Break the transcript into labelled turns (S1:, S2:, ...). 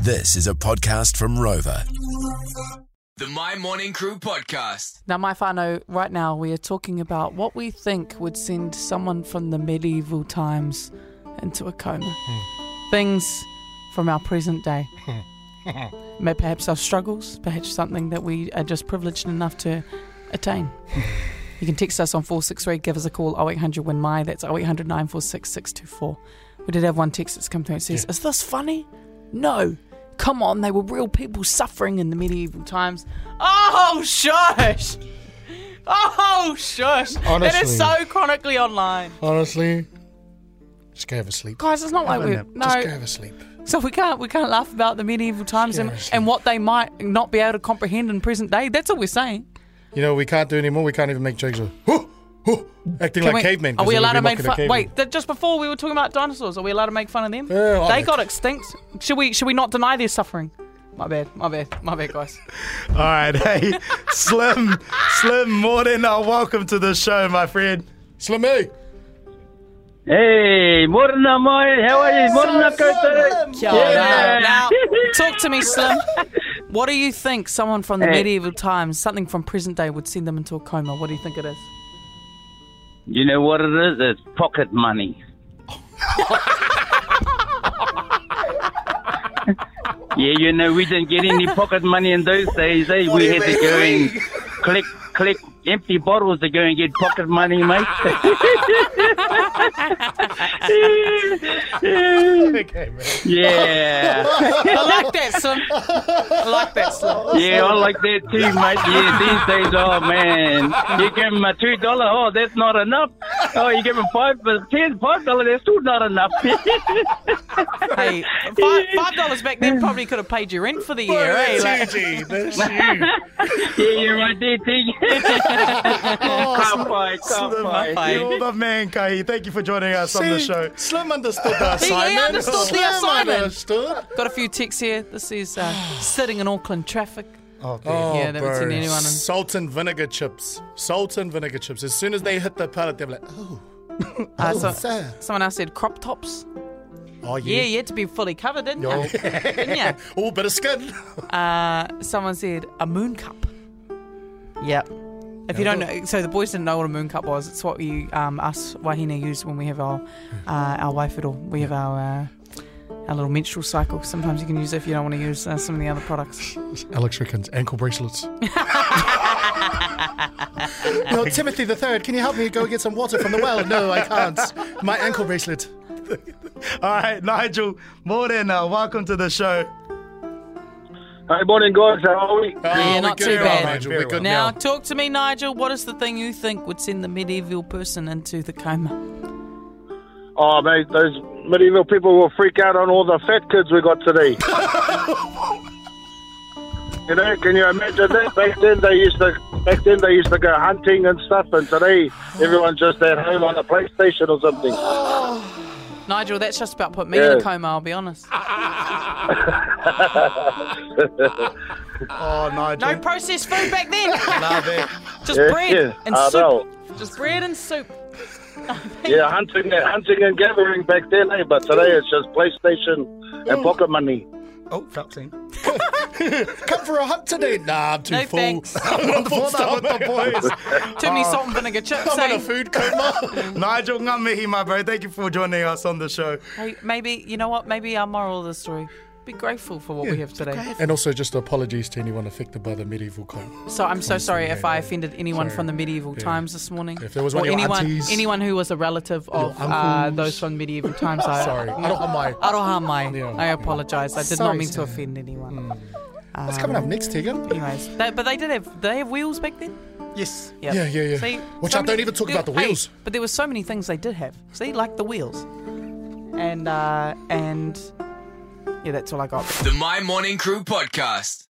S1: This is a podcast from Rover.
S2: The My Morning Crew podcast.
S3: Now, my whānau, right now we are talking about what we think would send someone from the medieval times into a coma.
S4: Hmm.
S3: Things from our present day. May perhaps our struggles, perhaps something that we are just privileged enough to attain. you can text us on 463, give us a call 0800 win my, that's 0800 946 624. We did have one text that's come through and says, Is this funny? No. Come on, they were real people suffering in the medieval times. Oh, shush! Oh, shush! It
S4: Honestly.
S3: is so chronically online.
S4: Honestly, just go have a sleep.
S3: Guys, it's not like we no.
S4: Just go have a sleep.
S3: So we can't we can't laugh about the medieval times and,
S4: Seriously.
S3: and what they might not be able to comprehend in present day. That's all we're saying.
S4: You know, we can't do anymore. We can't even make jokes of "Hoo, hoo," acting
S3: Can
S4: like
S3: we- Are
S4: cavemen. 'cause
S3: we
S4: it would
S3: allowed
S4: be
S3: to make
S4: mocking a
S3: fun?
S4: caveman.
S3: Wait, that, just before we were talking about dinosaurs. Are we allowed to make fun of them?
S4: Yeah,
S3: they
S4: I like-
S3: got extinct. Should we should we not deny their suffering? My bad, my bad, my bad, guys.
S5: All right, hey, Slim, Slim Morning, uh, welcome to the show, my friend.
S4: Slimmy,
S6: Hey, morena, morena. How are you? Morena, koutou.
S3: Kia ora. Now, talk to me, Slim. What do you think someone from the
S6: Hey.
S3: medieval times, something from present day, would send them into a coma? What do you think it is?
S6: You know what it is? It's pocket money. yeah, you know, we didn't get any pocket money in those days, eh? we had to go and collect, collect empty bottles to go and get pocket money, mate.
S4: okay, man.
S6: yeah.
S3: I like that, Slim. I like that, Slim.
S6: Yeah, I like that too, mate. Yeah, these days, oh man, you give him a two dollar, oh that's not enough. Oh, you give him five, but ten, five dollar, that's still not enough.
S3: Hey, five, five dollars back then probably could have paid your rent for the year, eh? Like-
S4: That's you, G. That's you.
S6: yeah, you're right there, T. Kapai,
S3: Oh
S5: Slim,
S6: kapai.
S5: you're the man, Kahi. Thank you for joining us on the
S4: See,
S5: show.
S4: Slim understood the assignment.
S3: understood the
S4: Slim
S3: assignment.
S4: Understood.
S3: Got a few texts here. This is uh, sitting in Auckland traffic.
S5: Oh,
S4: Oh,
S3: Yeah, they haven't seen
S4: bro.
S3: anyone in-
S4: Salt and vinegar chips. Salt and vinegar chips. As soon as they hit the palate, they're like, oh,
S3: Uh,
S4: oh,
S3: so-
S4: sir.
S3: someone else said crop tops.
S4: oh
S3: Yeah,
S4: yeah,
S3: you had to be fully covered, didn't
S4: Oh.
S3: you? didn't you?
S4: oh, bit of skin.
S3: Uh, someone said a moon cup. Yep. If you don't know, so the boys didn't know what a moon cup was. It's what you, um, us wahine use when we have our uh, our waifero. We have our uh, our little menstrual cycle. Sometimes you can use it if you don't want to use uh, some of the other products.
S4: Alex Rickens, ankle bracelets. no, Timothy the Third, can you help me go get some water from the well? No, I can't. My ankle bracelet.
S5: All right, Nigel Morning, uh, welcome to the show.
S6: Hey, morning, guys. How are we?
S4: Oh,
S3: not
S4: we're
S3: too
S4: good
S3: bad.
S4: now, Nigel, we're good
S3: Now,
S4: now.
S3: talk to me, Nigel. What is the thing you think would send the medieval person into the coma?
S7: Oh, mate, those medieval people will freak out on all the fat kids we got today. you know, can you imagine that? Back then they used to, back then they used to go hunting and stuff, and today everyone's just at home on a PlayStation or something.
S3: Nigel, that's just about put me in a
S7: Yeah.
S3: coma. I'll be honest.
S5: Oh, Nigel.
S3: No processed food back then.
S5: Love it.
S3: Just
S7: Yeah,
S3: bread
S7: yeah.
S3: and
S7: I
S3: soup.
S7: know.
S3: Just bread and soup.
S7: Yeah, hunting, and hunting and gathering back then, eh? But today it's just PlayStation and pocket money.
S5: Oh, felt seen.
S4: Come for a hunt today. Nah, I'm too
S3: No
S4: full.
S3: thanks.
S4: I'm on the full
S5: Stop with
S4: stomach.
S5: the boys.
S3: Too many salt and vinegar chips.
S4: I'm on
S3: eh?
S4: a food coma.
S5: Nigel Ngamihi, my bro. Thank you for joining us on the show.
S3: Hey, maybe you know what? Maybe our moral of the story: be grateful for what we have today.
S4: and also, just apologies to anyone affected by the medieval coma.
S3: So I'm so sorry if I offended anyone
S4: Sorry.
S3: from the medieval
S4: Yeah.
S3: times this morning.
S4: If there was one
S3: or
S4: of your
S3: anyone,
S4: aunties-
S3: anyone who was a relative of
S4: Your
S3: uh,
S4: uncles.
S3: those from medieval times. I,
S4: Sorry, I don't have my.
S3: Aroha mai.
S4: Yeah.
S3: I apologise. I did
S4: Sorry,
S3: not mean to
S4: sir. Mm.
S3: offend anyone.
S4: What's coming up next, Tegan?
S3: Anyways, they, but they did have they have wheels back then.
S5: Yes.
S3: Yep.
S4: Yeah, yeah, yeah.
S3: See,
S4: Which
S3: so
S4: I don't even talk
S3: there-
S4: about the
S3: hey,
S4: wheels.
S3: but there were so many things they did have. See, like the wheels, and uh, and yeah, that's all I got.
S2: The My Morning Crew podcast.